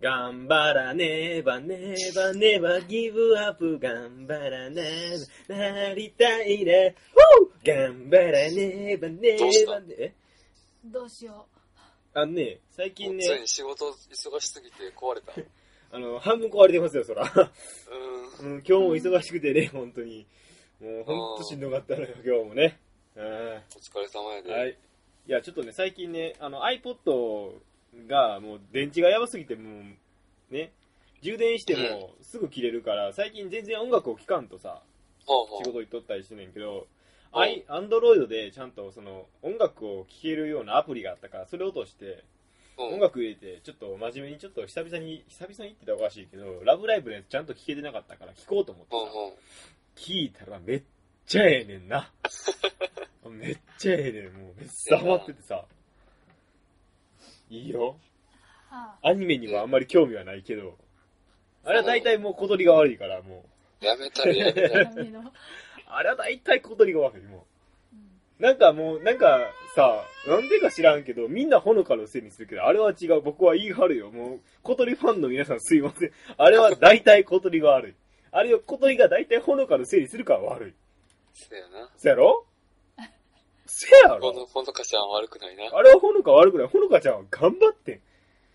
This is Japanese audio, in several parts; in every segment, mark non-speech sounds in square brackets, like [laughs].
頑張らねばねばねばギブアップ頑張らねばなりたいね。ほう頑張らねばねどうしたばね。えどうしよあのね、最近ねつ、いに仕事忙しすぎて壊れ [laughs] た。うあの、半分壊れてますよ、そ [laughs] ら。ーん。うん、今日も忙しくてね、本当に。もう、ほんとしんどかったのよ、今日もね。うんお疲れ様やで。はい。いや、ちょっとね、最近ね、あの、iPod が、もう、電池がやばすぎて、もう、ね、充電してもすぐ切れるから、最近全然音楽を聴かんとさ、ほうほ仕う。事行っとったりしてんねんけど、うんアイ、アンドロイドでちゃんとその、音楽を聴けるようなアプリがあったから、それ落として、うん音楽入れて、ちょっと真面目に、ちょっと久々に、久々に言ってたらおかしいけど、ラブライブでちゃんと聴けてなかったから、聴こうと思ってほうさ、ほう。聞いたらめっちゃええねんな。めっちゃええねん、もうめっちゃハマっててさ。いいよ。う。はアニメにはあんまり興味はないけど。あれは大体もう小鳥が悪いから、もやめたらや [laughs] めあ、たら。闇の。う。あれは大体小鳥が悪い、もうんう。なんかもう、なんかさ、なんでか知らんけど、みんなほのかのせいにするけど、あれは違う。僕は言い張るよ。もう、小鳥ファンの皆さんすいません。あれは大体小鳥が悪い。あれを小鳥が大体ほのかのせいにするから悪い。せやな。せやろせやころの、このかちゃんは悪くないな。あれはほのか悪くない。ほのかちゃんは頑張って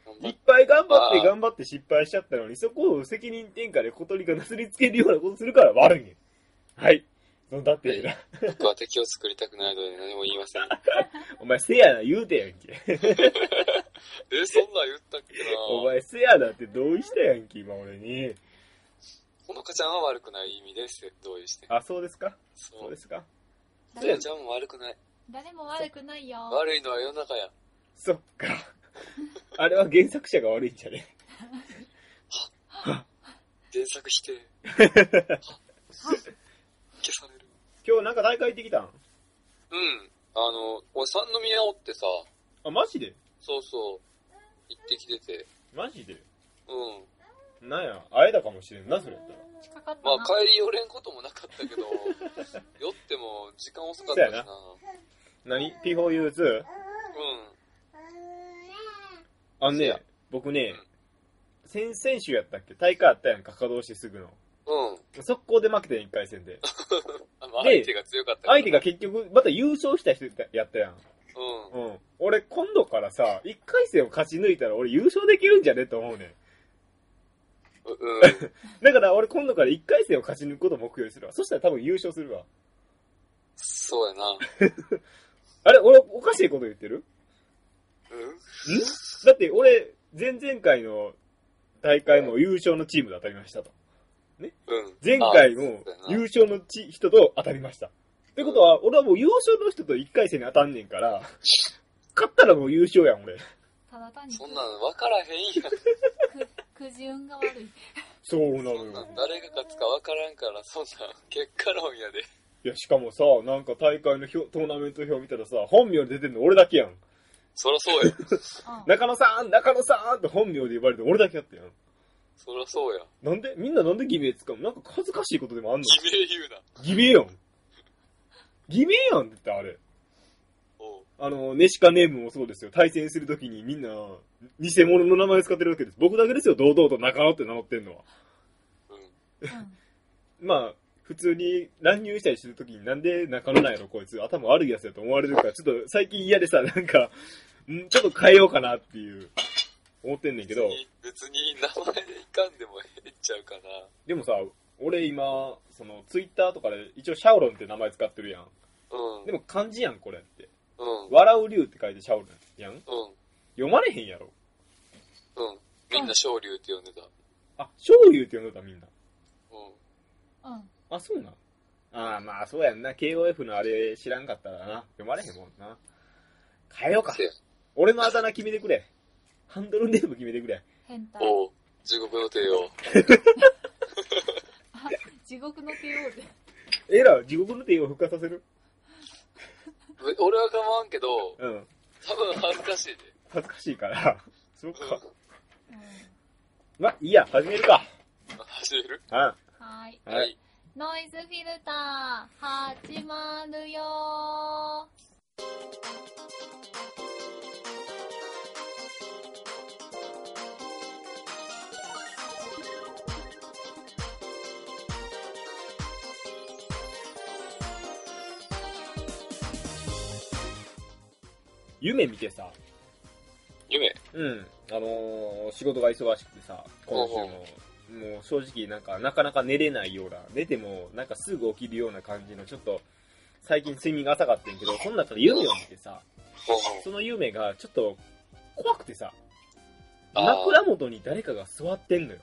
頑ん。張いっっぱい頑張っあてあ頑張って失敗しちゃったのに、そこを責任転嫁で小鳥がなすりつけるようなことするから悪いねん。はい。そんだってな。て僕は敵を作りたくないので何も言い [laughs] ません。お前せやな言うてやんけ。え、そんなん言ったっけなお前せやなって同意したやんけ、今俺に。ほのかちゃんは悪くない意味です。同意して。あ、そうですかそそうでう。すかほの誰かもちゃんも悪くない。誰も悪くないよ。悪いのは世の中や。そっか。 [laughs] あれは原作者が悪いんじゃね原作否定。 [laughs] 消される。今日なんか大会行ってきたんうん。あの、俺三宮おってさ、あ、マジでそうそう、行ってきてて。マジでうん。なんや、会えたかもしれんな、それやったら。近かったまあな。帰り寄れんこともなかった [laughs] けど、酔っても時間遅かったしな。何 ?P4U2? うあのそうねや、僕ね、先々週やったっけ大会あったやんか、稼働してすぐの。ん。うん。速攻で負けてん、1回戦で。あまあ、で相手が強かったから相手が結局、また優勝した人やったやん。うん。うん。俺、今度からさ、1回戦を勝ち抜いたら俺優勝できるんじゃねと思うねうん。ん。だから俺、今度から1回戦を勝ち抜くことを目標にするわ。そしたら多分優勝するわ。そうやな。あれ、俺、おかしいこと言ってるうん。んだって俺、前々回の大会も優勝のチームで当たりましたと。うん。前回もも優勝のち人と当たりました。ってことは、俺はもう優勝の人と1回戦に当たんねん [laughs] から、勝ったらもう優勝やん、俺。ただ単にそんなん分からへんやん。くく苦運が悪い。そうなのそんなよん。誰が勝つか分からんから、そんなん結果論やで。いや、しかもさ、なんか大会の表トーナメント表見たらさ、本名で出てんの俺だけやん。そらそうや。うん中野さん中野さんって本名で呼ばれて俺だけやったやん。そらそうや。なんでみんななんで偽名使うのなんか恥ずかしいことでもあんの偽名言うな。偽名やん。偽名やんって言ったあれ。おうあの、ネシカネームもそうですよ。対戦するときにみんな、偽物の名前使ってるわけです。僕だけですよ、堂々と中野って名乗ってんのは。うん。うんまあ、普通に乱入したりするときになんで中野なんやろ、こいつ。頭悪いやつやと思われるから、ちょっと最近嫌でさ、なんか、んちょっと変えようかなっていう、思ってんねんけど、別に、別に名前でいかんでもええっちゃうかな。でもさ、俺今、その、ツイッターとかで一応シャオロンって名前使ってるやん。うん。でも漢字やん、これって。うん。笑う竜って書いてシャオロンやん。うん。読まれへんやろ。うん。みんな昇竜って呼んでた。あ、昇竜って呼んだみんな。うん。うん。あ、そうなんああ、まあ、そうやんな。KOF のあれ知らんかったらな。読まれへんもんな。変えようか。せや俺のあだ名決めてくれ。ハンドルネーム決めてくれ。変態。おう地獄の帝王。あ地獄の帝王で。えら、地獄の帝王復活させるえ俺は構わんけど、うん。多分恥ずかしいで。恥ずかしいから。そううか。ん。うんまあ、いいや、始めるか。走れるうん。はーい。ははいい。ノイズフィルター、始まるよー。夢見てさ、夢。うん、あのー仕事が忙しくてさ、今週ほうも。もう正直なんか、なかなか寝れないような、寝てもなんかすぐ起きるような感じの、ちょっと、最近睡眠が浅かったんやけど、その中で夢を見てさ、ほうほうその夢がちょっと怖くてさ、あー枕元に誰かが座ってんのよ。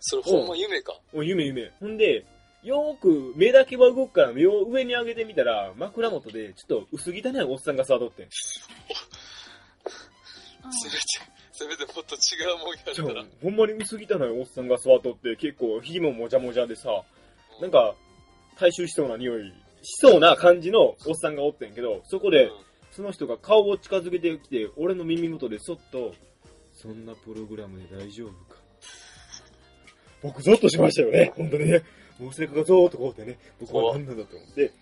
それほんま夢か。お夢夢。ほんで、よーく目だけは動くから目を上に上げてみたら、枕元でちょっと薄汚いおっさんが座っとってん。うんせめて、せめてもっと違うもんやち [laughs] ったょら。ほんまに薄汚いおっさんが座っとって、結構ひももじゃもじゃでさ、うなん、か、大衆しそうな匂い、しそうな感じのおっさんがおってんけど、そこうでん、その人が顔を近づけてきて、俺の耳元でそっと、そんなプログラムで大丈夫か。僕、ゾッとしましたよね。本当にね。もう背中がゾーっとこうってね、僕は何なんだと思って。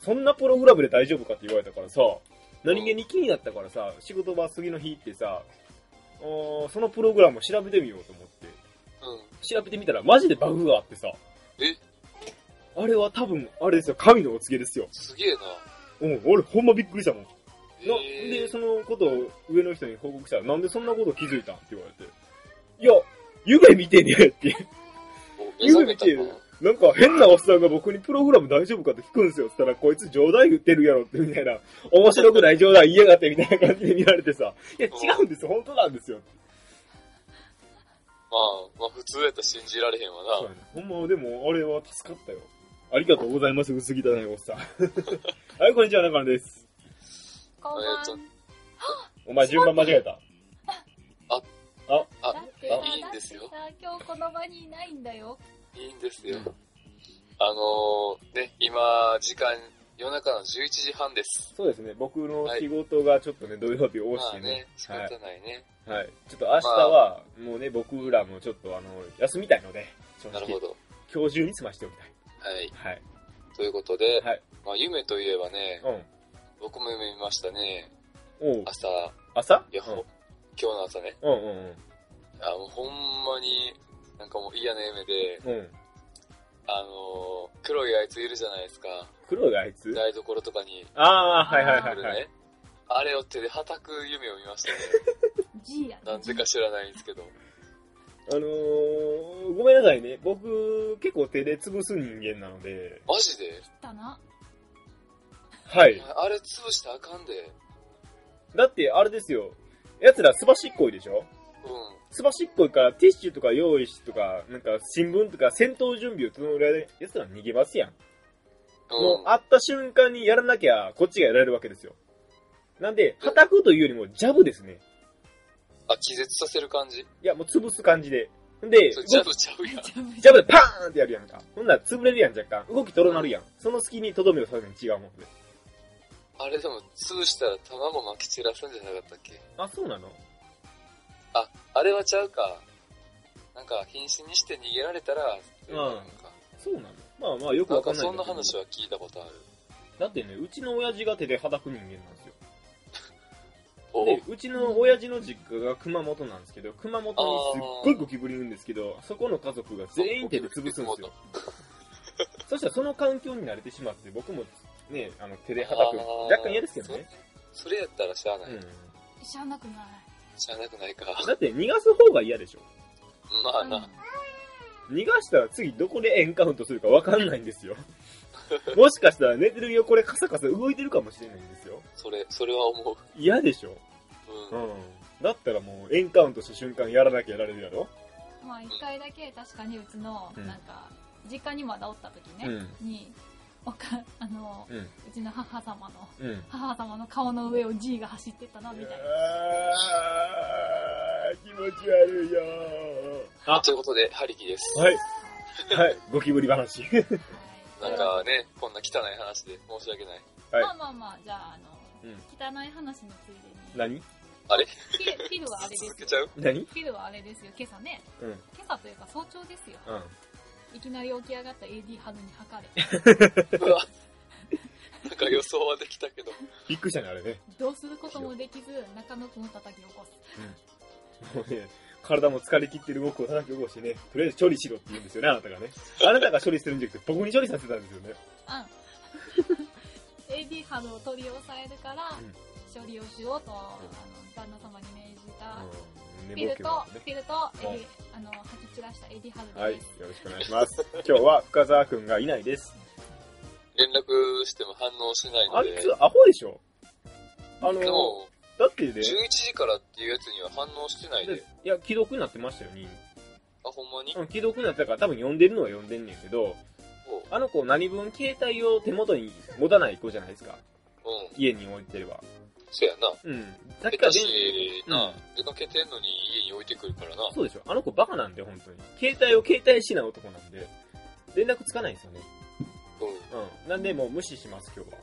そんなプログラムで大丈夫かって言われたからさ、何気に気になったからさ、仕事場次の日行ってさ、あーそのプログラムを調べてみようと思って。うん。調べてみたらマジでバグがあってさ。えあれは多分、あれですよ、神のお告げですよ。すげえな。うん、俺ほんまびっくりしたもん。なえで、ーそのことを上の人に報告したら、なんでそんなこと気づいたんって言われて。いや、夢見てねって。 [laughs] お目覚夢め見たてかる。なんか変なおっさんが僕にプログラム大丈夫かって聞くんですよ。つったら、こいつ冗談言ってるやろって、みたいな。面白くない冗談言いやがってみたいな感じで見られて [laughs] さ。いや、違うんですよ、本当なんですよ。まあ、まあ普通やったら信じられへんわそうな。やねほんま、でも、あれは助かったよ。ありがとうございます、薄汚いおっさん。 [laughs] はい、こんにちは、中野です。こんばんお前、順番間違えた。あだ、ってあさ、いいんだでってすさよ、今日この場にいないんだよ。いいんですよう。あのー、ね、今、時間、夜中の11時半です。そうですね、僕の仕事がちょっとね、土曜日多ましあてねね、。仕方はい。ないね。はい。ちょっと明日は、もうね、僕らもちょっと、あの、休みたいので、正なるほ直、ど。今日中に済ましておきたい。はい。はい。ということで、はいまあ夢といえばね、うん。僕も夢見ましたね。おう、朝、朝いや、ほ今日の朝ね。うんうんうんあもうほんまに、なんかもう嫌な夢で、うん。うん。あのー、黒いあいついるじゃないですか。黒いあいつ台所とかにあー、はいはい来はいるはい。ね。あれを手で叩く夢を見ましたね。 G や。なんでか知らないんですけど。あのー、ごめんなさいね。僕、結構手で潰す人間なので、マジでだ [laughs] な。はい。あれ潰したらあかんで。だって、あれですよ。奴らすばしっこいでしょうん。すばしっこいからティッシュとか用意しとか、なんか新聞とか戦闘準備を整えられ、奴ら逃げますやん。もううん。会った瞬間にやらなきゃ、こっちがやられるわけですよ。なんで、叩くというよりもジャブですね。あ、気絶させる感じいや、もう潰す感じで。んで、それジャブちゃうやん。ジャブでパーンってやるやんか。ほんなら潰れるやん、若干。動きとろなるやん。その隙にとどめをさるに違うもんで。あれでも潰したら弾も撒き散らすんじゃなかったっけあ、そうなのあ、あれはちゃうか。なんか、瀕死にして逃げられたら、うんなんか、そうなのまあまあ、よくなんわかかんないだそんけなど話は聞いたことある。だってね、うちの親父が手で叩く人間なんですよ。おで、うちの親父の実家が熊本なんですけど、熊本にすっごいゴキブリいるんですけど、そこの家族が全員手で潰すんですよ。そしたらその環境に慣れてしまって、僕もね、あの手で叩く。若干嫌ですけどね。そ。それやったらしゃあない。うん。知らなくない。しゃあなくないか。 [laughs] だって逃がす方が嫌でしょ。まあな。逃がしたら次どこでエンカウントするかわかんないんです [laughs] よ。もしかしたら寝てる横でカサカサ動いてるかもしれないんですよ。それ、それは思う。嫌でしょ。う。うんん。だったらもうエンカウントした瞬間やらなきゃやられるやろ。まあ一回だけ確かにうちの、うんなんか実家にまだおった時ね、におかあの、うん。うちの母様のうん。うん。母様の顔の上を G が走ってったなみたいなあー気持ち悪いよあ、ということで、ハリキです。はい。はい、ゴキブリ話。 [laughs] はないんかね、こんな汚い話で申し訳ない。はいまあまあまあじゃああの、うん汚い話のついでに何ピルピルはあれです続けよちゃう何ピルはあれですよ今朝ねうん。うん。今朝というか早朝ですよいきなり起き上がった AD ハルに測れうわなんか予想はできたけど。びっくりしたね、あれね。 [laughs] どうすることもできず中野くんを叩き起こすもうね、体も疲れ切ってる動きを叩き起こしてね、とりあえず処理しろって言うんですよね、あなたがね。あなたが処理するんじゃなくて、僕に処理 [laughs] させたんですよね。うん AD 波動を取り押さえるから、うん処理をしようと、あの旦那様に命じた、うんフィルと、フィルとエはデいィ、あの、吐き散らしたエディハルはい、でよす。ろしくお願いします。今日は深澤くんがいないです。連絡しても反応しないあのいで、つアホでしょあの、でも、だってね、 11時からっていうやつには反応してないで、いや、既読になってましたよ、ねあ、ほんまにうん、既読になってたから多分読んでるのは読んでんねんけど、おうあの子何分携帯を手元に持たない子じゃないですか。うん、家に置いてれば。そやな。うん。さっ下きから手電し、うんな、出かけてんのに家に置いてくるからな。そうでしょ。あの子バカなんで、本当に。携帯を携帯しない男なんで、連絡つかないんですよね。うん。うん。なんで、もう無視します、今日は。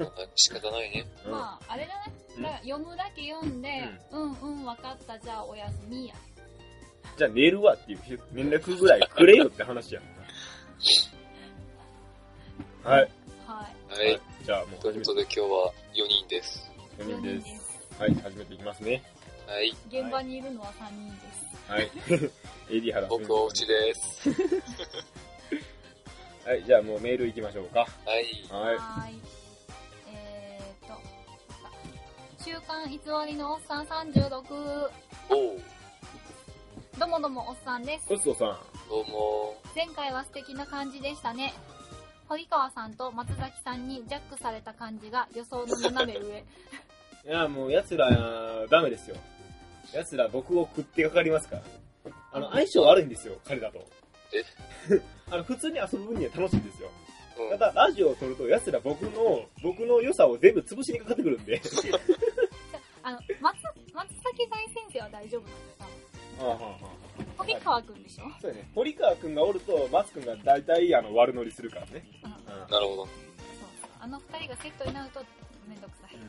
まあ仕方ないね。うん。まあ、あれだね。だから読むだけ読んで、うん、うん、分かった、じゃあおやすみや。じゃあ寝るわっていう連絡ぐらいくれよって話やんな。 [laughs] はい。はい。はい。。じゃあもうと始いうめことて、で今日は4人です。 4 4人人で。ですす。はい、始めていきますね。はい。現場にいるのは3人です。 [laughs] はい。AD 原僕はお家です。はい、じゃあもうメール行きましょうか。はい。はい。ーい。えーっと、週刊偽りのおっさん36。おう。どうもどうもおっさんです。トストさん。どうも。前回は素敵な感じでしたね。堀川さんと松崎さんにジャックされた感じが予想の斜め [laughs] 上。いや、もう奴ら、ダメですよ。奴ら僕を食ってかかりますから。あの、相性悪いんですよ、彼らと。え [laughs] あの、普通に遊ぶ分には楽しいんですよ。うん。ただ、ラジオを撮ると奴ら僕の、僕の良さを全部潰しにかかってくるんで。あの、松、松崎大先生は大丈夫なんですかああ、はあ、は堀川くんでしょ、あ。そうやね。堀川くんがおると、松くんが大体、あの、悪乗りするからね。うん、そううん。なるほど。そう。あの二人がセットになるとめんどくさい。うん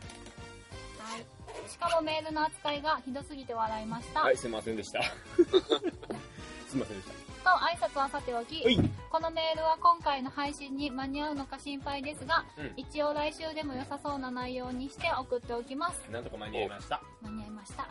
はい。しかもメールの扱いがひどすぎて笑いました。はい、すいませんで [laughs] した。すいませんでしと挨拶はさておき、はいこのメールは今回の配信に間に合うのか心配ですが、うん一応来週でも良さそうな内容にして送っておきます。た。なんとか間に合いました。間に合いました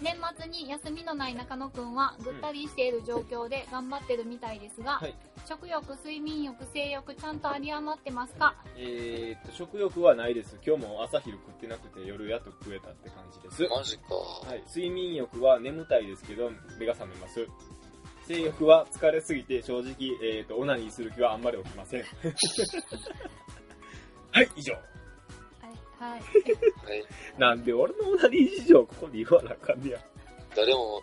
年末に休みのない中野くんはぐったりしている状況で頑張ってるみたいですが、はい食欲睡眠欲性欲ちゃんと有り余ってますかえーっと、食欲はないです。今日も朝昼食ってなくて、夜やっと食えたって感じです。マジか。はい、睡眠欲は眠たいですけど、目が覚めます。性欲は疲れすぎて、正直、えー、と、オナニーする気はあんまり起きません。はい、以上。はい、はい、はい。なんで俺のオナニー事情、ここで言わなあかんねや。誰も、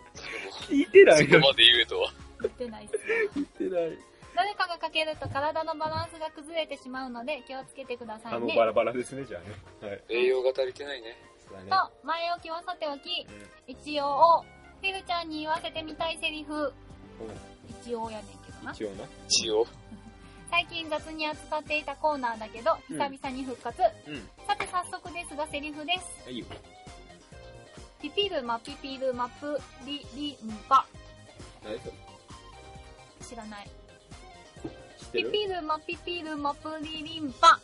聞いてな誰いも、そよこ。まで言えとは。言ってないっすね聞いてない。誰かがかけると体のバランスが崩れてしまうので気をつけてくださあ、いもうねバラバラですね、じゃあね。はい。栄養が足りてないね。そうだね。と前置きはさておきう一応フィルちゃんに言わせてみたいセリフんうん一応やねんけどな一応な。一応。最近雑に扱っていたコーナーだけどうん久々に復活、うん。さて早速ですがセリフです。いいよ。ピピルマピピルマプリリンパ。何それ知らない。知ってピるピルマピピルマプリリンパ。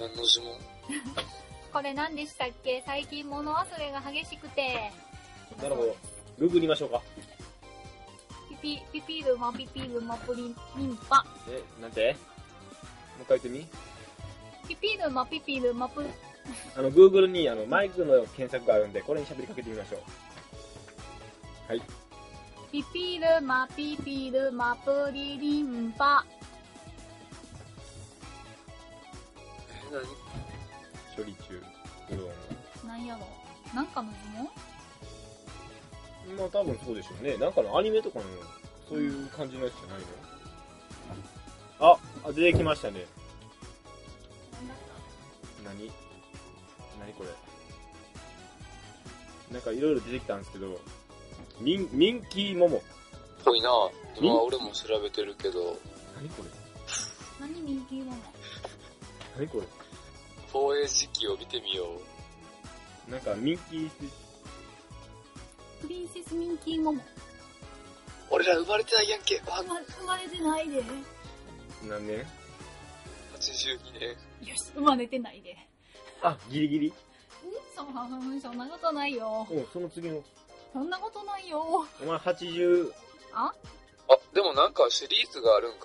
何の呪文これ何でしたっけ最近物忘れが激しくて。なるほど。ググりましょうか。ピピ、ピピルマピピルマプリリンパ。え、なんてもう一回言ってみ。ピピルマピピルマプ、あの、Google にあのマイクの検索があるんで、これに喋りかけてみましょう。はい。ピピルマピピルマプリリンパ。え、何処理中。うどんが。なんやろなんかの呪文まあ多分そうでしょうね。なんかのアニメとかの、そういう感じのやつじゃないのあ、あ出てきましたね。なんだ何何これ。なんかいろいろ出てきたんですけど、ミン、ミンキーモモ。ぽいな。今俺も調べてるけど、何これ何人気なの何これ放映時期を見てみよう。なんかミンキー、プリンセスミンキーモモ。俺ら生まれてないやんけ。あ生、ま生まれてないで。よ何年82年。し、生まれてないで。あ、ギリギリ。そんなそんなことないよ。うん、その次の。そんなことないよ。お前80、ああ、でもなんかシリーズがあるんか。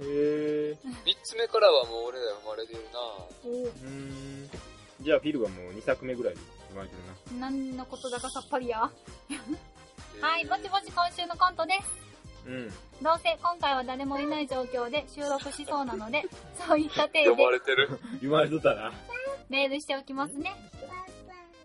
へー。三つ目からはもう俺ら生まれてるなおううーん。ーじゃあフィルがもう2作目ぐらいで生まれてるな。何のことだかさっぱりや。はえーい、ぼちぼち今週のコントです。うん。どうせ今回は誰もいない状況で収録しそうなので、 [laughs] そういった体呼でばれてる。言われとったな。メールしておきますね。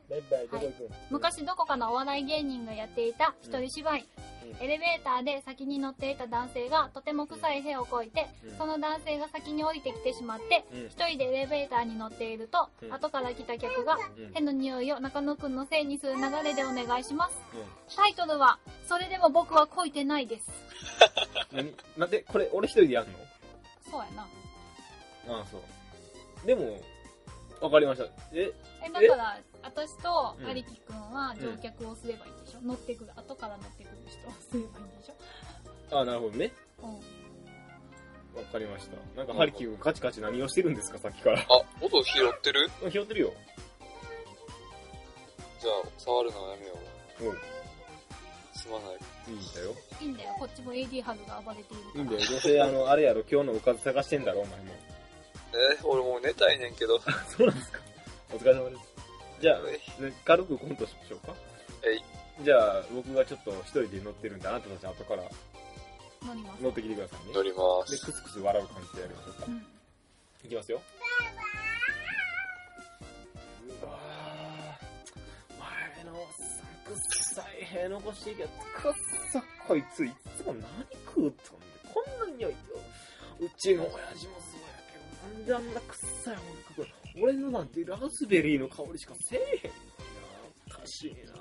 バイバイ、どこ行く昔どこかのお笑い芸人がやっていた一人芝居、うんエレベーターで先に乗っていた男性がとても臭い屁をこいて、うんその男性が先に降りてきてしまって、うん一人でエレベーターに乗っていると、うん後から来た客が、うん屁の匂いを中野くんのせいにする流れでお願いします。うタイトルは、それでも僕はこいてないです。ん。何待って、これ俺一人でやんそうやな。のああ、そう。でも、わかりました。え、え、だから、私とうん有リキくんは乗客をすればいいんでしょ、乗ってくる、後から乗ってくる人をすればいいんでしょああ、なるほどね。うん。わかりました。なんかハリキューカチカチ何をしてるんですか、さっきから。あ、音拾ってる拾ってるよ。じゃあ、触るのはやめよう。うん。すまない。いいんだよ。いいんだよ、こっちも AD ハルが暴れているから。いいんだよ。どうせ、あの、あれやろ、今日のおかず探してんだろ、お前も。えー俺もう寝たいねんけど。そうなんですか。お疲れ様です。じゃあ、はいね軽くコントしましょうか。えい。じゃあ、僕がちょっと一人で乗ってるんで、あなたたち後から乗ります。乗ってきてくださいね。乗りまで、す。クスクス笑う感じでやりましょうかう。ん。いきますよ。うわぁ前のおっさん、くっさい、塀残していけ。くっさ、こいつ、いつも何食うとんで、こんな匂いよ。うちの親父もそうやけど、なんであんなくっさいもん食うの俺のなんてラズベリーの香りしかせえへん。おかしいな。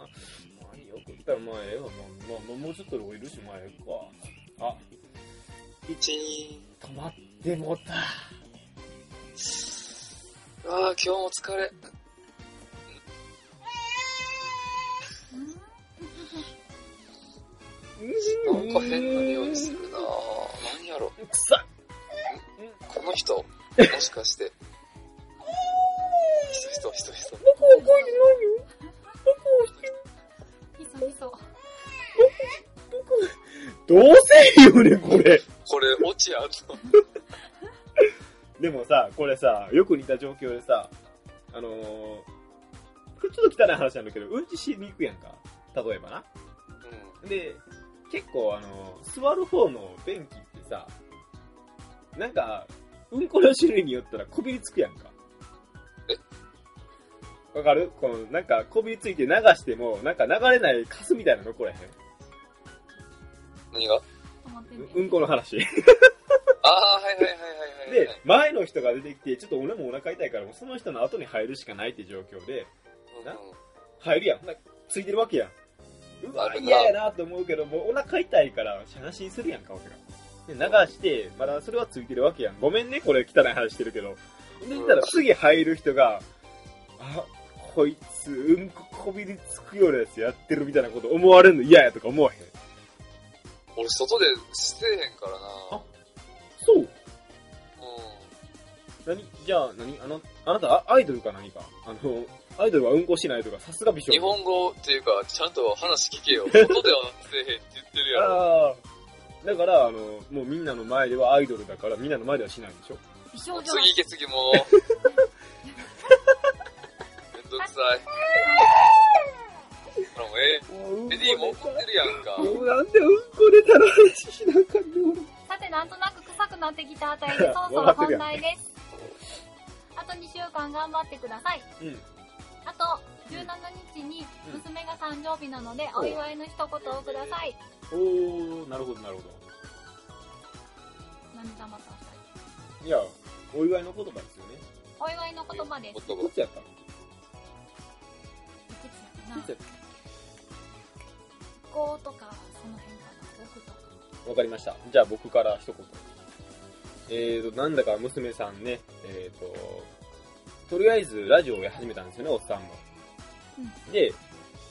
まあ、よく言ったら、まあ、ええわ。まあ、まあ、もうちょっとで降りるし、まあ、ええか。あ、チーン。止まってもうた。ああ、今日も疲れ。なんか変な匂いするなぁ。なんやろ。くさこの人、もしかして。人、人、人、人。僕は恋じゃないよ。ひそひそ。どうせよね、これ。これ、落ちやんの。でもさ、これさ、よく似た状況でさ、あのー、ちょっと汚い話なんだけど、うんちしに行くやんか。例えばな。うん。で、結構あのー、座る方の便器ってさ、なんか、うんこの種類によったらこびりつくやんか。わかるこの、なんか、こびりついて流しても、なんか流れないカスみたいなの残らへん。何が止まってんねううんこの話。ああ、はいはいはいはいはい、ではい。、前の人が出てきて、ちょっと俺もお腹痛いから、もうその人の後に入るしかないって状況で、うんうん、入るやん。ほんならついてるわけやん。うあわ、るな嫌やなと思うけど、もうお腹痛いから、しゃがしにするやんか、俺が。で、流して、まだそれはついてるわけやん。ごめんね、これ汚い話してるけど。で、言ったら次入る人が、あ、こいつ、うんここびりつくようなやつやってるみたいなこと思われるの嫌やとか思わへん。俺、外でしてへんからなあそうう何じゃあ何、あの、あなたあアイドルか何かあの、アイドルはうんこしないとか、さすが美少ん。日年。本語っていうか、ちゃんと話聞 [laughs] けよ。外ではせえへんって言ってるやろ。ああ。だから、あの、もうみんなの前ではアイドルだから、みんなの前ではしないんでしょ美少女次行け次もう。めんどくさい。ほらもうええ、エディも怒ってるやんか。もうなんでうんこ出たの話しなあかんのさて、なんとなく臭くなってきたあたり [laughs] で、そろそろ本題です。あと2週間頑張ってください。俺。うん。あと、17日に娘が誕生日なので、お祝いの一言をください。おー、なるほど、なるほ何黙ったお二ど。い人や、お祝いの言葉ですよね。お祝いの言葉です。言ど葉っ。ちやったのいくつやどろっちやなっ5とか、その辺かな。6とか。たわかりました。じゃあ僕から一言。えーと、なんだか娘さんね、えーと、とりあえずラジオをやり始めたんですよね、おっさんも。で、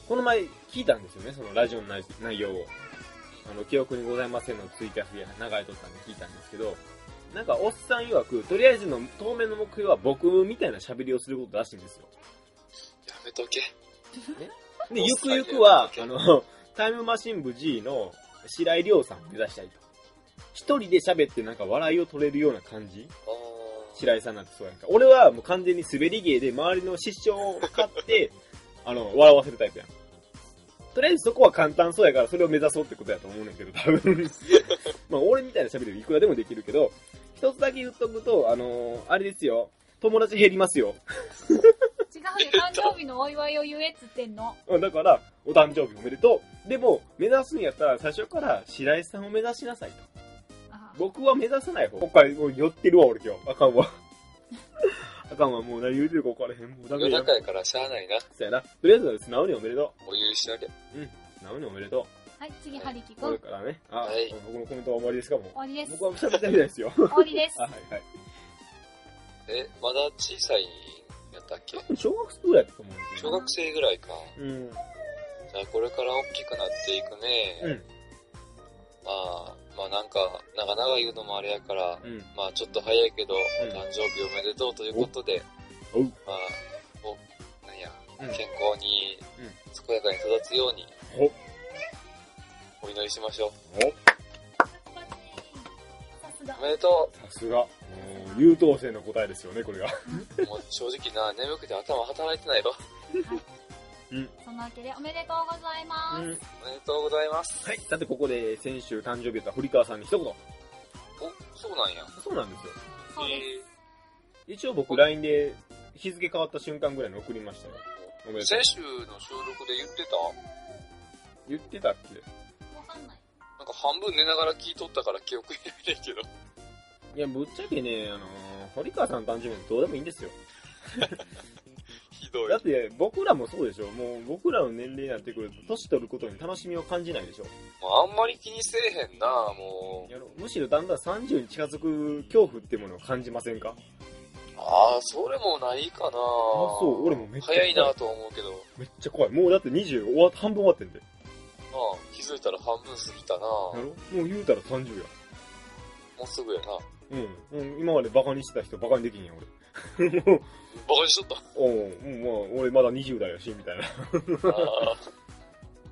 この前聞いたんですよね、そのラジオの内内容を。あの、記憶にございませんのツイキャスで流れとったんで聞いたんですけど、なんかおっさん曰く、とりあえずの当面の目標は僕みたいな喋りをすることらしいんですよ。やめとけ。で、おっゆさくんゆくは、やあるの、タイムマシン部 G の白井亮さんを目指したいと。一人で喋ってなんか笑いを取れるような感じあ白井さんなんてそうやんか。俺はもう完全に滑り芸で周りの失笑を買って、 [laughs] あの、笑わせるタイプやん。とりあえずそこは簡単そうやから、それを目指そうってことやと思うねんけど、多分。まあ、俺みたいな喋りはいくらでもできるけど、一つだけ言っとくと、あのーあれですよ。友達減りますよ。違うよ、誕生日のお祝いを言えっつってんの。うんだから、お誕生日おめでとう。でも、目指すんやったら、最初から白井さんを目指しなさいと。あー僕は目指さない方。今回もう寄ってるわ、俺今日。あかんわ。 [laughs] あかんわ、もう何言うてるか分からへん。もうダメ夜や。中やからしゃあないな。そうやな。とりあえず、素直におめでとお許しあれ。う。素直におめでとはい、次、はりきう。くん。これ終からね。あ、はい僕のコメントは終わりですかもわりでう。す。僕終は喋ってないですよ。わりです [laughs] あ、。はいはい。え、まだ小さいんやったっけ多分小学生ぐらいだと思うんです小よね。学生ぐらいか。うん。じゃあこれから大きくなっていくね。うん。まあ、まあなんか、長々言うのもあれやから、うん。まあちょっと早いけど、ん誕生日おめでとうということで、おう。まあ、お、なんや、うん健康にうん、健やかに育つようにおおお祈りしましょう。さすがお。めでとさすが。もう、優等生の答えですよね、これが。うもう正直な、眠くて頭働いてないわ。うん。そんなわけで、おめでとうございまうす。ん。おめでとうございます。はい。さて、ここで先週誕生日だった堀川さんに一言。お、そうなんや。そうなんですよ。そうです。一応僕 LINE で日付変わった瞬間ぐらいに送りましたよ。おめでとう先。週の収録で言ってた言ってたっけわかんない。なんか半分寝ながら聞いとったから記憶にないけど。いや、ぶっちゃけね、あのー堀川さんの誕生日はどうでもいいんですよ。ひどい。だって僕らもそうでしょ。もう僕らの年齢になってくると、年取ることに楽しみを感じないでしょ。もうあんまり気にせえへんな、もう。やろむしろだんだん30に近づく恐怖ってものを感じませんかああ、それもないかな。あ、そう俺もめっちゃ早いなとは思うけど。めっちゃ怖い。もうだって20終わっ、半分終わってんで。まあ、気づいたら半分過ぎたな。やろももう言うたら30や。うすぐやな。バうん。うん、今までバカにしてた人バカにできんやん、俺。 [laughs] もう、カにしとっおううん、まあ、俺まだ20代やし、みたいな。 [laughs] た。あ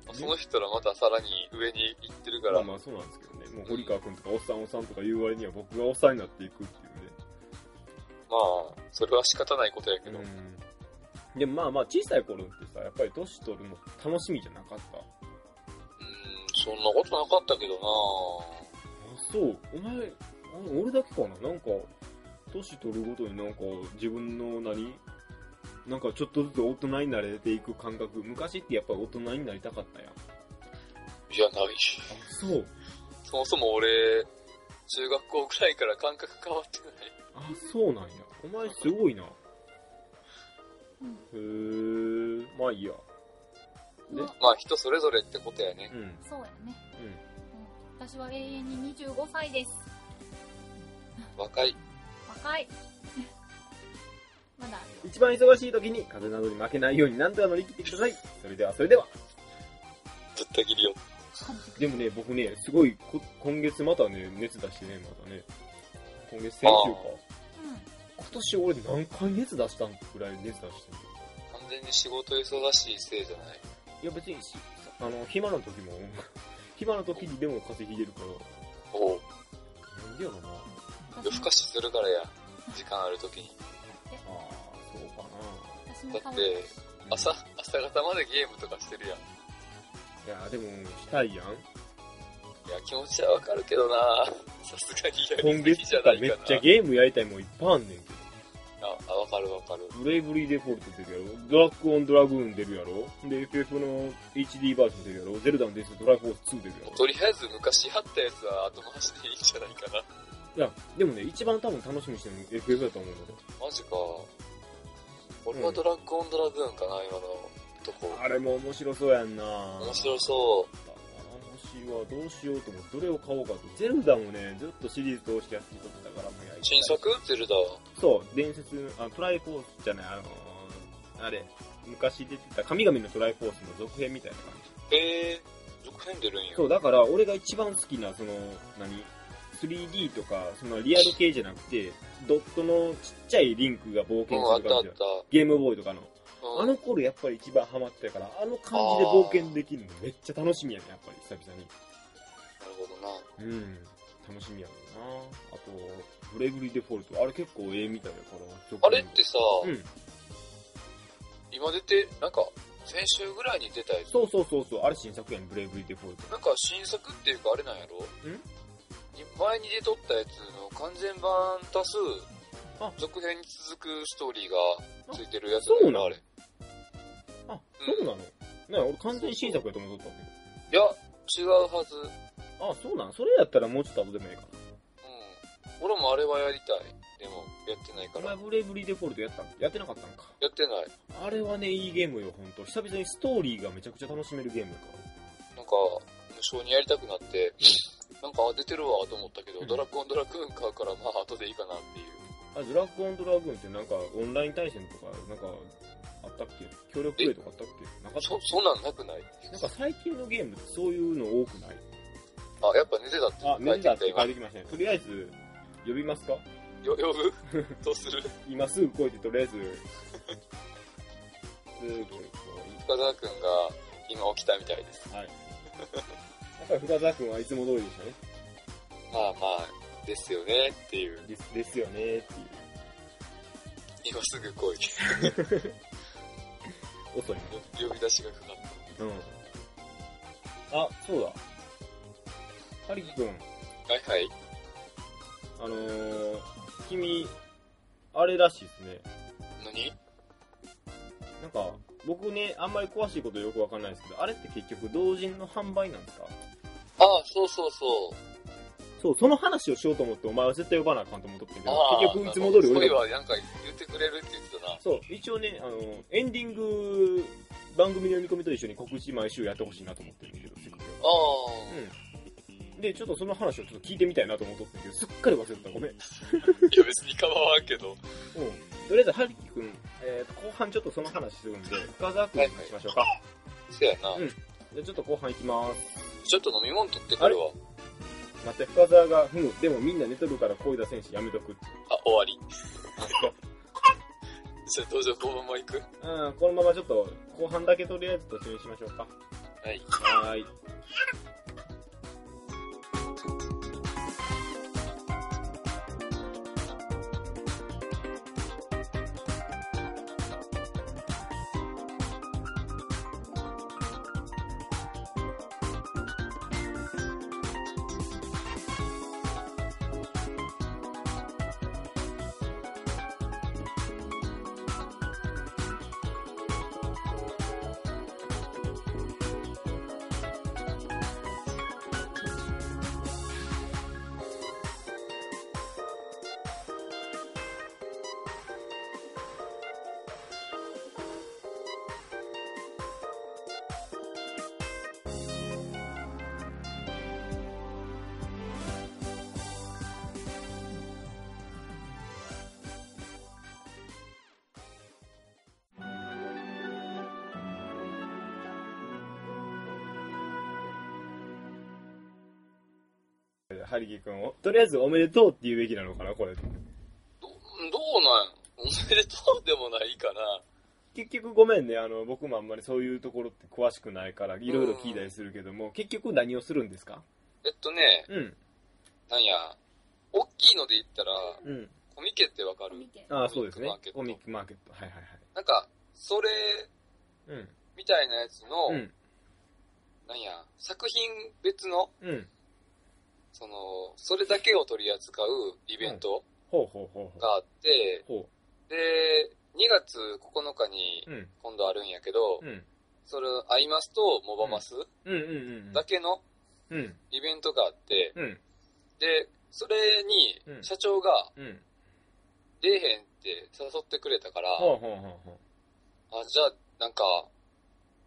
ーその人らまたさらに上に行ってるかまら。あまあそうなんですけどね。もう堀川くんとかおっさんおっさんとか言う割には僕がおっさんになっていくってまあ、それは仕方ないことやいけうど。ね。うん。でもまあまあ小さい頃ってさ、やっぱり年取るの楽しみじゃなかった。あ、うん、そんなことなかったけどな。そう。お前、あ俺だけかななんか、年取るごとになんか自分の何なんかちょっとずつ大人になれていく感覚。昔ってやっぱり大人になりたかったやん。あ、いや、ない。そう。そもそも俺、中学校くらいから感覚変わってない。あ、そうなんや。お前すごいな。うんへー。まあいいや。でまあまあ人それぞれってことやねう。ん。そうやね。うん。私は永遠に25歳です。若い。若い。 [laughs] まだあるよ。一番忙しい時に風邪などに負けないように何とか乗り切ってください。それでは、それでは。ぶった切りよ。でもね、僕ね、すごいこ、今月またね、熱出してね、またね。今月先週かあ。う今年俺何回熱出したんぐらい熱出してる。完全に仕事忙しいせいじゃない。いや別にし、あの、暇な時も、 [laughs] 暇な時にでも風邪ひいてるかおうら。なんでやろな。あん。夜更かし。しするからや。時間ある時に。あ、そうかな。私もだ多っ分て、朝、朝方までゲームとかしてるやん。いや、でも、した [laughs] いやん。いや、気持ちはわかるけどな [laughs] さすがにや今りすぎ月じとゃかないかめな。っちゃゲームやりたいもんいっぱいあんねんけど。あ、あわかるわかる。ブレイブリーデフォルト出るやろドラッグオンドラグーン出るやろで、FF の HD バージョン出るやろゼルダの伝説ドライフォース2出るやろとりあえず昔やったやつは後回しでいいんじゃないかな。いや、でもね、一番多分楽しみにしてるの FF だと思うのマジか。俺はドラッグオンドラグーンかな、今のとこ。あれも面白そうやんな面白そう。う。もしはどうしようと思って、どれを買おうかと。ゼルダもね、ずっとシリーズ通してやってきとったから、もうやりたい新作ゼルダ。そう、伝説、あ、トライフォースじゃない、あのーあれ、昔出てた神々のトライフォースの続編みたいな感じ。へえー、続編出るんや。そう、だから俺が一番好きな、その、何 ?3D とか、そのリアル系じゃなくて、ドットのちっちゃいリンクが冒う険ん、あすっるた感あっじだた。ゲームボーイとかの。うん、あの頃やっぱり一番ハマってたから、あの感じで冒険できるのめっちゃ楽しみやね、やっぱり久々に。なるほどな。うん。楽しみやろうな。あと、ブレイブリーデフォルト。あれ結構ええみたいだから、ちょっあれってさ、うん。今出て、なんか、先週ぐらいに出たやつ。そうそうそうそう、あれ新作やん、ブレイブリーデフォルト。なんか新作っていうかあれなんやろ前に出とったやつの完全版足すあ、続編に続くストーリーがついてるやつそうなんだよあれ。いあ、そうなのね俺完全に新作やと思っとったんだけや、違うはず。うん。ど。あ、そうなんそれやったらもうちょっと後でもいいか俺もあれはやりたい。でも、やってないかな。ら。お前ブレイブリーデフォルトやったんやってなかったんか。やってない。あれはね、いいゲームよ、ほんと。久々にストーリーがめちゃくちゃ楽しめるゲームやから。なんか、無償にやりたくなって、なんかあ出てるわと思ったけど、うんドラクオンドラクーン買うから、まあ後でいいかなっていう。あ、ドラッグオンドラグーンってなんかオンライン対戦とか、なんか、あったっけ協力プレイとかあったっけなかったそ、そんなんなくないなんか最近のゲームってそういうの多くないあ、やっぱ寝てたってあ、書メいンダてーっきて書た今い。てきましたね。とりあえず、呼びますかよ、呼ぶ [laughs] どうする今すぐ来いってとりあえず、 [laughs] すぐ来い深澤くんが今起きたみたいです。はい。やっぱり深澤君はいつも通りでしたね。まあまあ、ですよねっていう。ですですよねーってい今すぐ来い。う。遅いね。 [laughs] 呼び出しがかかった。うん。あ、そうだ。ハリキ君、はいはい。あのー、君、あれらしいですね。何なんか、僕ね、あんまり詳しいことよくわかんないですけど、あれって結局同人の販売なんですかあ、そうそうそう。そう、その話をしようと思って、お前は絶対呼ばなあかんと思っとってんけどあ、結局いつも通り俺。俺恋が。はなんか言ってくれるって言ってたな。そう、一応ね、あの、エンディング、番組の読み込みと一緒に告知毎週やってほしいなと思ってるんだけど、せっかくやからあうん。で、ちょっとその話をちょっと聞いてみたいなと思っとったけど、すっかり忘れてた。ごめん。うん。あ。いや別に構わんけど。とりあえず、ハリキ君、えーと、後半ちょっとその話するんで、深澤君にしましょうか。せやな。うんじゃあちょっと後半行きます。ちょっと飲み物取ってくるわ。待って、深澤が、ふむ、でもみんな寝とるから声出せんしやめとくって。あ、終わり。あ、そう。じゃあ、どうぞ、このまま行く。うん、このままちょっと、後半だけとりあえず突入しましょうか。はい。はーい。ハリキ君を、とりあえずおめでとうって言うべきなのかな、これ。ど、どうなんおめでとうでもないかな。結局ごめんね、あの、僕もあんまりそういうところって詳しくないから、いろいろ聞いたりするけども、結局何をするんですかえっとね、うん。なんや、大きいので言ったら、うん。コミケってわかる見てああ、そうですね。ココミミッックマーケット。はいはいなんか、それはい。みたいなやつの、うん。なんや、作品別の、うん。うん。その、それだけを取り扱うイベントほうほうほうほう。があって、ほで、2月9日にう。うん。今度あるんやけど、うん。それ、アイマスとモバマスうんうんうん。だけのうん。イベントがあって、うん。で、それにう、ん社長が、うん。出えへんって誘ってくれたから、ほうほうほうほあ、じゃあ、なんか、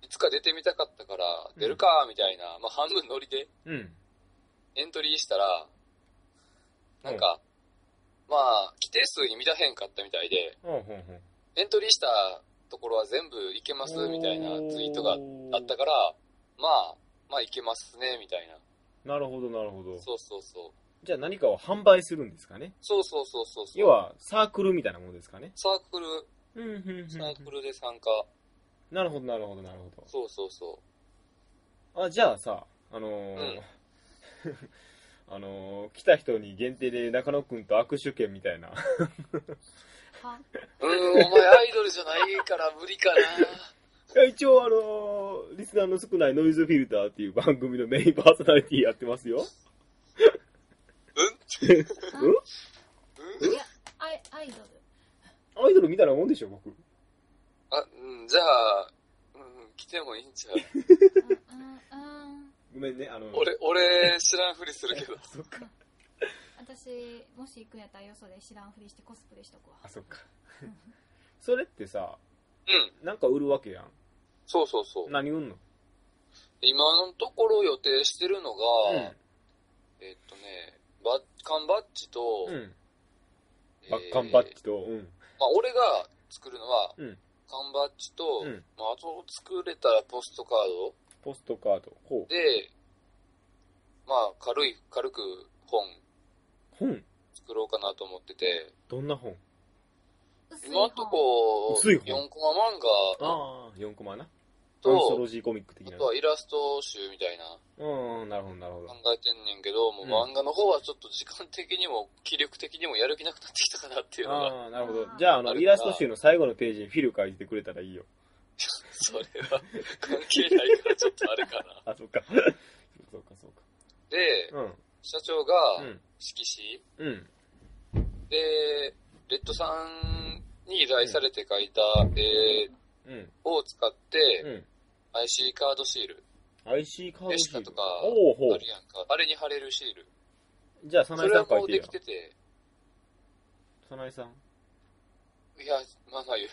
いつか出てみたかったから、出るか、みたいな、まあ、半分乗りでう。うん。エントリーしたら、なんか、まあ、規定数に満たへんかったみたいで、ほうほうほう。エントリーしたところは全部いけます、みたいなツイートがあったかから、まあ、まあ、いけますね、みたいな。なるほどなるほど。そうそうそう。じゃあ何かを販売するんですかねそうそうそうそうそう。要、は、サークルみたいなものですかねサークル、うんうんうん。サークルで参加。なるほどなるほどなるほど。そうそうそう。あ、じゃあさ、あのーうんあ [laughs] あのー来た人に限定で中野くんと握手券みたいな。はうーん、お前アイドルじゃないから無理かな。いや一応あのーリスナーの少ないノイズフィルターっていう番組のメインパーソナリティやってますよ。うんいうんやアイアイドルアイドルみたいなもんでしょ、僕。あ、うん、じゃあ、うん、来てもいいんちゃううんうんうんごめんね、あのー俺、俺、知らんふりするけど。そっか。私もし行くんやったらよそで知らんふりしてコスプレしとくわあ、そっか。それってさ、うん、なんか売るわけやん。そうそうそう。何売んの今のところ予定してるのが、うえっとね、バッカンバッジと、ん。うん。えーバッカンバッジと、うん。まあ、俺が作るのは、うん缶バッジと、うんまあ、あと作れたらポストカードポストカード。ほう。で、まあ、軽い、軽く本本作ろうかなと思ってて、どんな本薄い今本んとこ、薄い本4コマ漫画ああ、4コマな。アンソロと、ジーコミック的あなと。はイラスト集みたいなうん、なるほど、なるほ考ど。えてんねんけど、もううん漫画の方はちょっと時間的にも気力的にもやる気なくなってきたかなっていうのが、ああ、なるほど。じゃあ、あの、イラスト集の最後のページにフィル書いてくれたらいいよ。 [laughs] それは関係ないからちょっとあれかな。 [laughs] あ、そっ [laughs] か。そうか、そうか。で、うん。社長がうん。色紙、うん。で、レッドさんに依頼されて書いた絵うん。を使っうて、ん。 IC カードシール、 IC カードエシシーカルとかおおほあうる。やんか。あれに貼れるシール。じゃあ、サナそエれさんは書もいうてでよき。てて、サナエさん。いや、ママユ、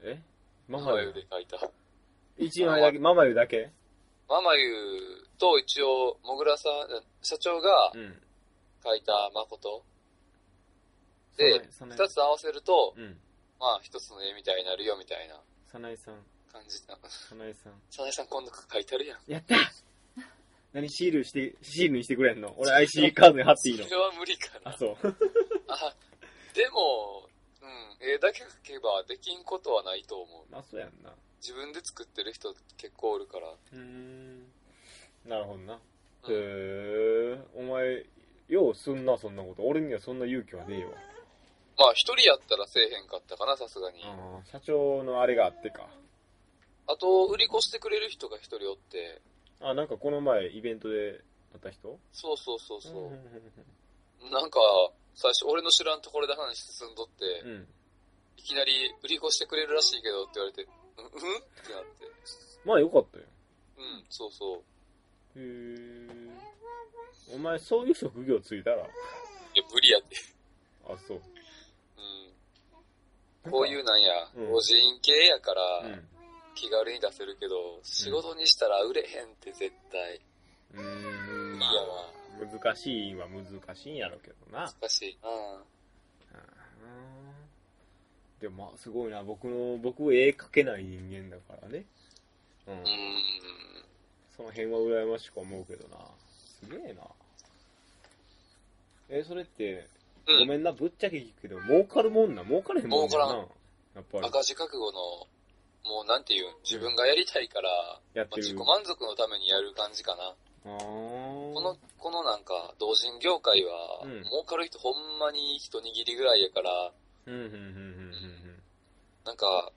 えママママユユで。書いた。一枚だけ、ママユだけママユと一応、もぐらさん、社長がうん。書いた誠。でサナエ、二つ合わせると、うん。まあ一つの絵みたいになるよみたいなサナエさん。感じな。サナエさん。 [laughs] サナエさん今度書いてあるやん。やった何シールして、シールにしてくれんの俺 IC カードに貼っていいのそれは無理か [laughs] なあ、。そう。あ、でも、うん、絵だけ描けばできんことはないと思う。まあ、そうやんな。自分で作ってる人結構おるから。うーん。なるほどな。うんへえ、お前、ようすんな、そんなこと。俺にはそんな勇気はねえわ。まあ、一人やったらせえへんかったかな、さすがに。ああ、社長のあれがあってか。あと、売り越してくれる人が一人おって、あ、なんかこの前、イベントで会った人そうそうそううんそう。なんか、最初、俺の知らんところで話進んどって、うん。うん。いきなり、売り越してくれるらしいけどって言われて、うん、うんってなって。まあ、よかったよ。うん、そうそう。へえ。お前、そういう職業ついたらいや、無理やって。あ、そう。うん。こういうなんや、うん個人系やから、うん。気軽に出せるけど、仕事にしたら売れへんって絶対。うーん、いまやあ、難しいは難しいんやろうけどな。難しい。うん。でもまあ、すごいな。僕の、僕、絵描けない人間だからね。うん。うーん。その辺は羨ましく思うけどな。すげえな。え、それって、うんごめんな、ぶっちゃけ聞くけど、儲かるもんな、儲かれへんもんな。儲からんやっぱり、赤字覚悟の、もうなんていうん、自分がやりたいから、やっまあて自己る。満足のためにやる感じかな。あこーの、このなんか、同人業界は、うん儲かる人ほんまに一握りぐらいやから、うん、うん、うん、うん、うんなんか、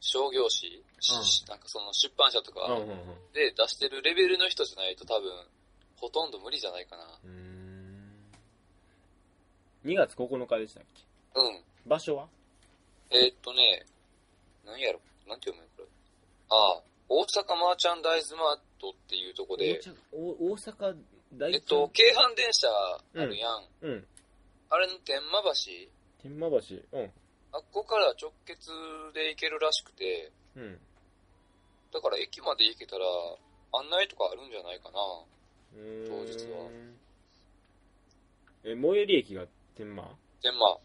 商業誌、しなんかその出版社とかうん。うん、うん、うん。で出してるレベルの人じゃないと多分、ほとんど無理じゃないかな。うーん2月9日でしたっけうん。場所はえーっとね、何やろ、なんて読むのこれ。ああ、大阪マーチャンダイズマートっていうとこで、お大阪大えっと、京阪電車あるやん。うんあれの天満橋、天満橋うんあっこから直結で行けるらしくて、うんだから駅まで行けたら、案内とかあるんじゃないかな。うーん当日はえ最寄り駅が天満天満。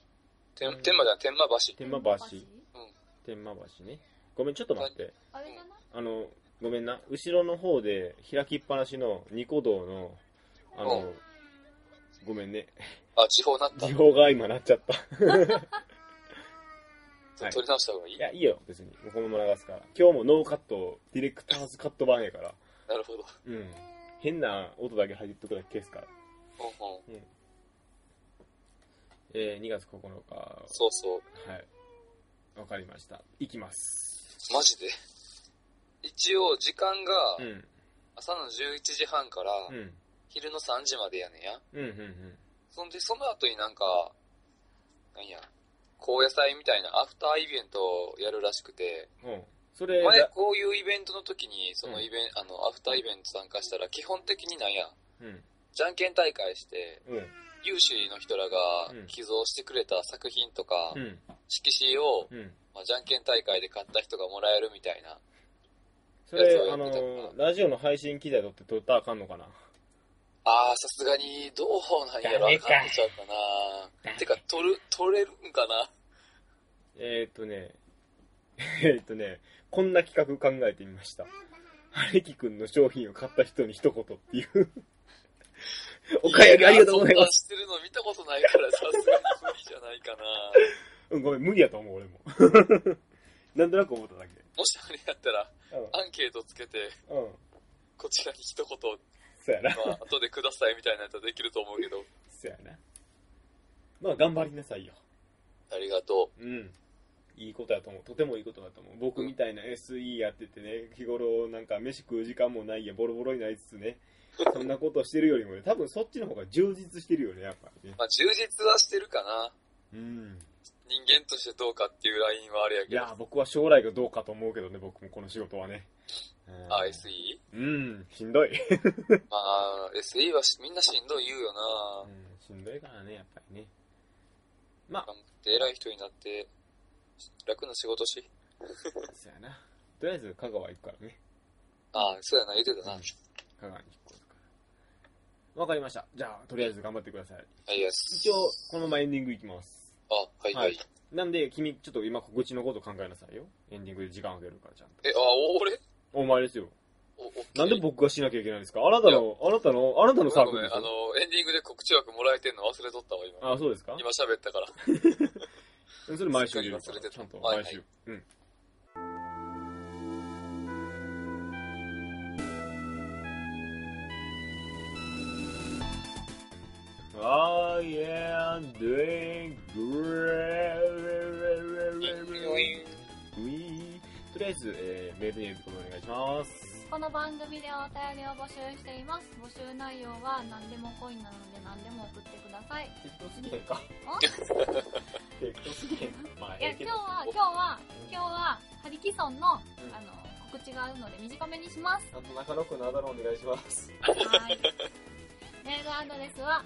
天うん天満じゃない、天満橋。天満橋うん天満橋ねごめんちょっと待ってあれじゃないあのごめんな後ろの方で開きっぱなしのニコ動のあうのごめんねあ、地方なった。時報が今なっちゃったはい取り直した方がいいいやいいよ別にこのまま流すから今日もノーカットディレクターズカット版やからなるほど。うん。変な音だけ入っとくだけ消すから。ほんほん。えー、2月9日。そうそう。はい。わかりました。いきます。マジで。一応、時間がうん。朝の11時半からうん。昼の3時までやねんや。うん、うん、うん。そんで、その後になんか、なんや、高野祭みたいなアフターイベントをやるらしくて、ほう。それ、前だこういうイベントの時に、そのイベン、あの、アフターイベント参加したら、基本的になんや、うん。じゃんけん大会して、うん。有志の人らがうん寄贈してくれた作品とか、うん。色紙を、うん。まあ、じゃんけん大会で買った人がもらえるみたいな。それやつ、をあのやってたー、ラジオの配信機材取って撮ったらあかんのかなああ、さすがに、どうなんやろ、ダメあかかんちゃうかな。てか、取る、取れるんかな。えー、っとね、 [laughs] えー、っとね、こんな企画考えてみました。晴れ木くんの商品を買った人に一言って [laughs] いう。お買い上げありがとうございます。す。そんなんしてるの見たことないから、さすがに無理じゃないかな。うん、ごめん、無理やと思う、俺も。 [laughs] なんとなく思っただけ。もしあれやったら、うアンケートつけん。て、うん。こちらに一言、そうやな。まあ、後でくださいみたいなやつはできると思うけど、そうやな。まあ、頑張りなさいよ。ありがとうん。いいことだと思う。とてもいいことだと思う。僕みたいな SE やっててね、日頃なんか飯食う時間もないや、ボロボロになりつつね、そんなことしてるよりもね、多分そっちの方が充実してるよね、やっぱねう。。まあ、充実はしてるかな。うん。人間としてどうかっていうラインはあれやいけどや、ー、僕は将来がどうかと思うけどね、僕もこの仕事はね。うんあ、SE? うん、しんどい。まあ、SE はしみんなしんどい言うような。ん、しんどいからね、やっぱりね。まあ頑張って偉い人になって、楽な仕事し。そうやな。とりあえず、香川行くからね。ああ、そうやな、言ってたな。香川に引っ越すから。わかりました。じゃあ、とりあえず頑張ってください。はい、イエス。一応、このままエンディングいきます。あ、はい、はい。はいなんで、君、ちょっと今、告知のこと考えなさいよ。エンディングで時間あげるから、ちゃんと。え、あ、お俺お前ですよ。お、おなんで僕がしなきゃいけないんですかあなたの、あなたの、あなたのサーごクめルんでごめしんあょの、エンディングで告知枠もらえてんの忘れとったわ、今。あ、そうですか今喋ったから。それ毎週入れるからすっかり忘れてたちゃんとはい毎週。はうん。I am doing great. とりあえず、えー、メールにお願いします。この番組ではお便りを募集しています募集内容は何でも恋なので何でも送ってください適当すぎへんか。お [laughs] 適当すぎへん。まあ、いやええけ今日どは今日は今日はハリキソンのあうんの告知があるので短めにしますちゃんと中野区のあだ名お願いします。はい。メールアドレスは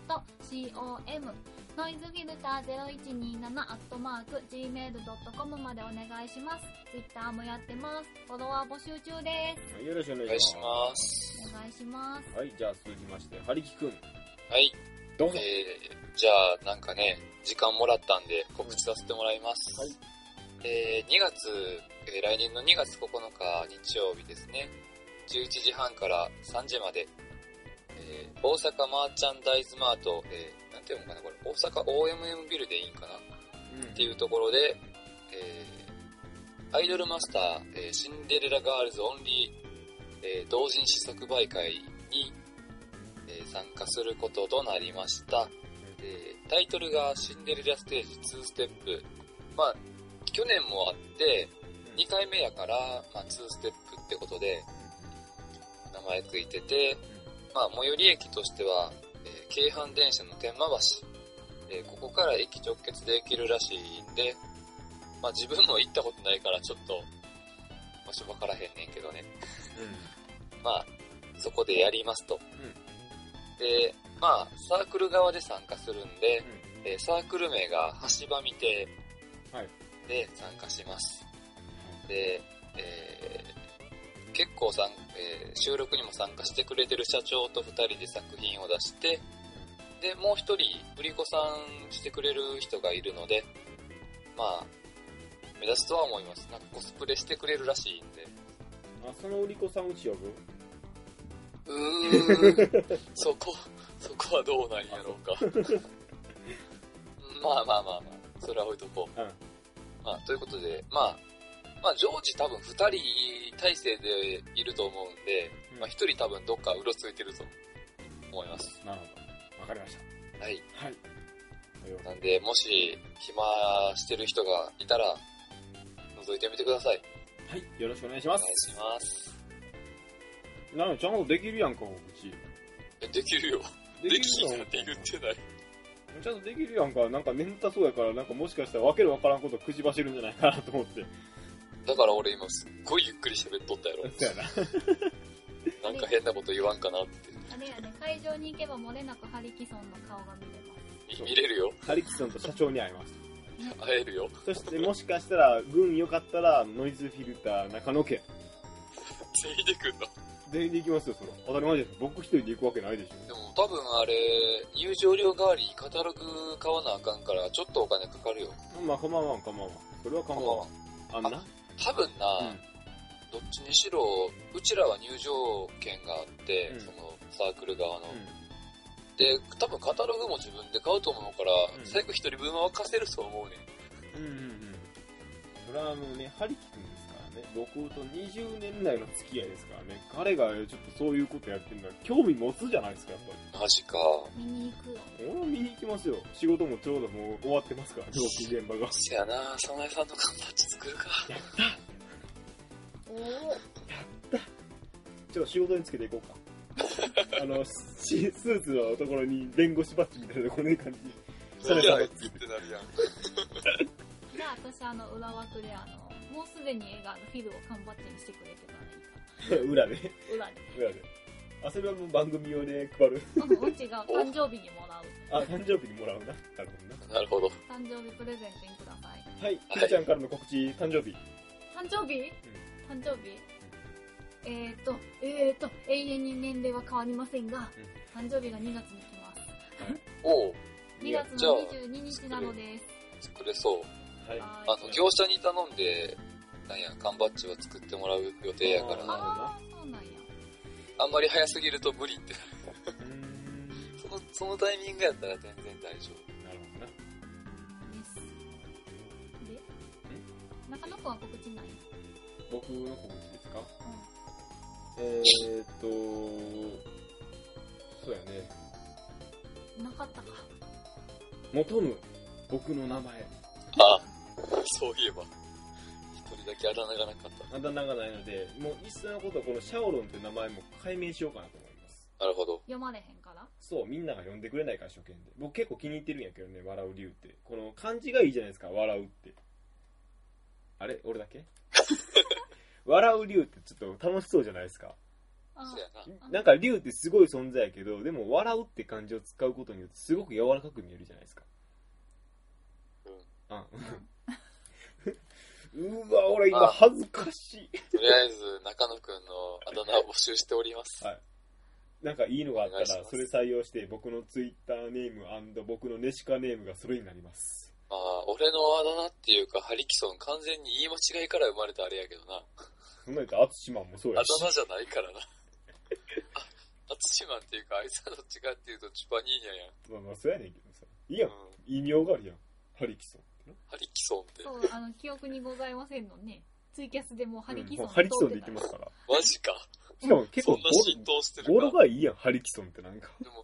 noisefilter0127-gmail.com ノイズフィルター 0127-gmail.com までお願いします。Twitter もやってます。フォロワー募集中でよろしくお願おい願いししまます。す。お願いします。す。はい、じゃあ続きまして、はりきくん。はい。どうぞ。えー、じゃあ、なんかね、時間もらったんで告知させてもらいます。はいえー、2月、えー来年の2月9日日曜日ですね。11時半から3時まで、えー、大阪マーチャンダイズマート、えー、なんていうのかな、これ、大阪 OMM ビルでいいんかなっていうところで、えーアイドルマスター、えーシンデレラガールズオンリー、えー同人誌即売会に、えー参加することとなりました。でタイトルがシンデレラステージ2ステップ。まあ、去年もあって、2回目やから、まあ、2ステップってことで名前ついてて、まあ、最寄り駅としては、えー京阪電車の天満橋、えーここから駅直結で行けるらしいんで、まあ、自分も行ったことないからちょっと場所分からへんねんけどねまあそこでやりますと、でまあサークル側で参加するんで、えーサークル名が橋場未定はいで参加します、で、えー結構さん、えー収録にも参加してくれてる社長と2人で作品を出してでもう1人売り子さんしてくれる人がいるのでまあ目立つとは思いますなんかコスプレしてくれるらしいんであ、その売り子さんうち呼ぶうーんそこそこはどうなんやろ [laughs] うかまあまあまあまあそれは置いとこううん。まあ、ということで、まあ、まあ、常時多分2人体制でいると思うんで、うんまあ、1人多分どっかうろついてると思います。なるほど。わかりましはい。た。はい。なんで、もし、暇してる人がいたら、覗いてみてください。はい。よろしくお願いしおま願いすし。ます。なのちゃんとできるやんか、うち。え、できるよ。でできるなんて言ってない。ちゃんとできるやんか。なんか眠たそうやから、なんかもしかしたらわけのわからんことくじばしるんじゃないかなと思 [laughs] って。だから俺今すっごいゆっくり喋っとったやろ。そうやな。なんか変なこと言わんかなって。あれやね、会場に行けば漏れなくハリキソンの顔が見れまみ見れるよ。ハリキさんと社長に会いまし会えるよ。た。そしてもしかしたら、軍よかったら、ノイズフィルター中野家。全員で来んの。全員で行きますよ、その。当たり前じゃない僕一人で行くわけないでしょ。でも多分あれ、入場料代わりにカタログ買わなあかんから、ちょっとお金かかるよ。まあ、かまわん、かまわん。それはかまわん。あんな多分な、うんどっちにしろ、うちらは入場券があって、うんそのサークル側の。で、多分カタログも自分で買うと思うから、うん最後一人分は貸せると思ううねん。んうんうん。それはもうね、ハリキ君ですからね、僕と20年来の付き合いですからね、彼がちょっとそういうことやってるのは興味持つじゃないですか、やっぱマジか。す。見に行くよ。り。俺は見に行きますよ。仕事もちょうどもう終わってます [laughs] から、料金現場が。せやな、早苗さんの缶バッジ作るか。おお。ちょっと仕事につけてい [laughs] こうか。あの、しスーツのところに弁護士バッジみたいなとこね感じ。それじゃそあ、れってなるやん。じゃあ私あの裏枠であの、もうすでに映画のフィルを缶バッジにしてくれてたらいい [laughs] か裏で、ね、な。裏で。裏で。あ、それはもう番組用で配る。あのうちが誕生日にもらう。あ、誕生日にもらうな。なるほどな。なるほど。誕生日プレゼントにください。はい、くーちゃんからの告知、誕生日。誕生日、誕生日えーと、えーと、永遠に年齢は変わりませんが、誕生日が2月に来ます。おう、 2月じゃあの22日なのです。作れそう。はい。はあーい。の、業者に頼んで、なんや、缶バッジは作ってもらう予定やから、あー、そうなんや。あんまり早すぎると無理って。 [laughs] うーんその、そのタイミングやったら全然大丈夫。なるほどな。です。で中野くんは告知ない僕の告知ですかうん。えー、っと、そうやね。なかったか。求む、僕の名前。あ、そういえば。一人だけあだ名がなかった。あだ名がないので、もう一層のことはこのシャオロンって名前も解明しようかなと思います。なるほど。読まれへんから。そう、みんなが呼んでくれないから、初見で。僕結構気に入ってるんやけどね、笑う理由って。この漢字がいいじゃないですか、笑うって。あれ俺だ [laughs] け笑う理由ってちょっと楽しそうじゃないですか。あそやな。なんか竜ってすごい存在やけど、でも笑うって漢字を使うことによってすごく柔らかく見えるじゃないですか。あうん。うわ、俺今あ恥ずかしとりあえず、中野くんのあだ名を募集しております。はいい。なんかいいのがあったお願いしらま、そすれ採用して僕のツイッターネーム僕のネシカネームがそれになります。まあ、俺のあだ名っていうか、ハリキソン完全に言い間違いから生まれたあれやけどな。あそんなやつ、アツシマンもそうだやし。名じゃないからな。あ、アツシマンっていうか、あいつはどっちかっていうと、チュパニーニャやまん。あまあ、そうやねんけどさ。いいやんう。ん。異名があるやん。ハリキソンってな。ハリキソンって。そう、あの、記憶にございませんのね。ツイキャスでもうハリキソン、。うんもうハリキソンでいきますすから。マジか。しかも結そ構んな浸透してるボか。ロ、ボロがいいやん、ハリキソンってなんか。でも、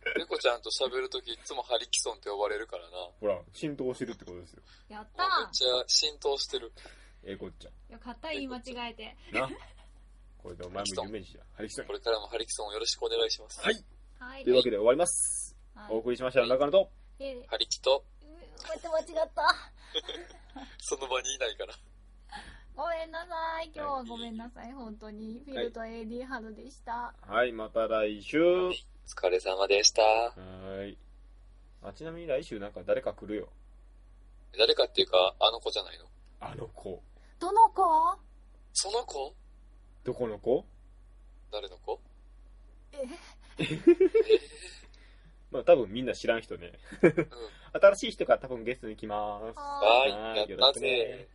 ペコちゃんと喋るときいつもハリキソンって呼ばれるからな。ほら、浸透してるってことですよ。やっためっーちゃ浸透してる。ええこっちゃ。よかった、言い間違えて。 [laughs] な。これでお前も夢じゃ。ハリキソンこ。れからもハリキソンをよろしくお願いします。はいはい。というわけで終わります。はいお送りしました、中野と。で、ハリキと、う間違った。その場にいないから。ごめんなさい。今日はごめんなさい。本当に。フィルと AD ハルでした。はい、また来週。お疲れ様でした。はい。あ、ちなみに来週なんか誰か来るよ。誰かっていうか、あの子じゃないのあの子。どの子その子どこの子誰の子えまあ多分みんな知らん人ね。 [laughs] うん。新しい人が多分ゲストに来ます。はははーーい、いやったぜ。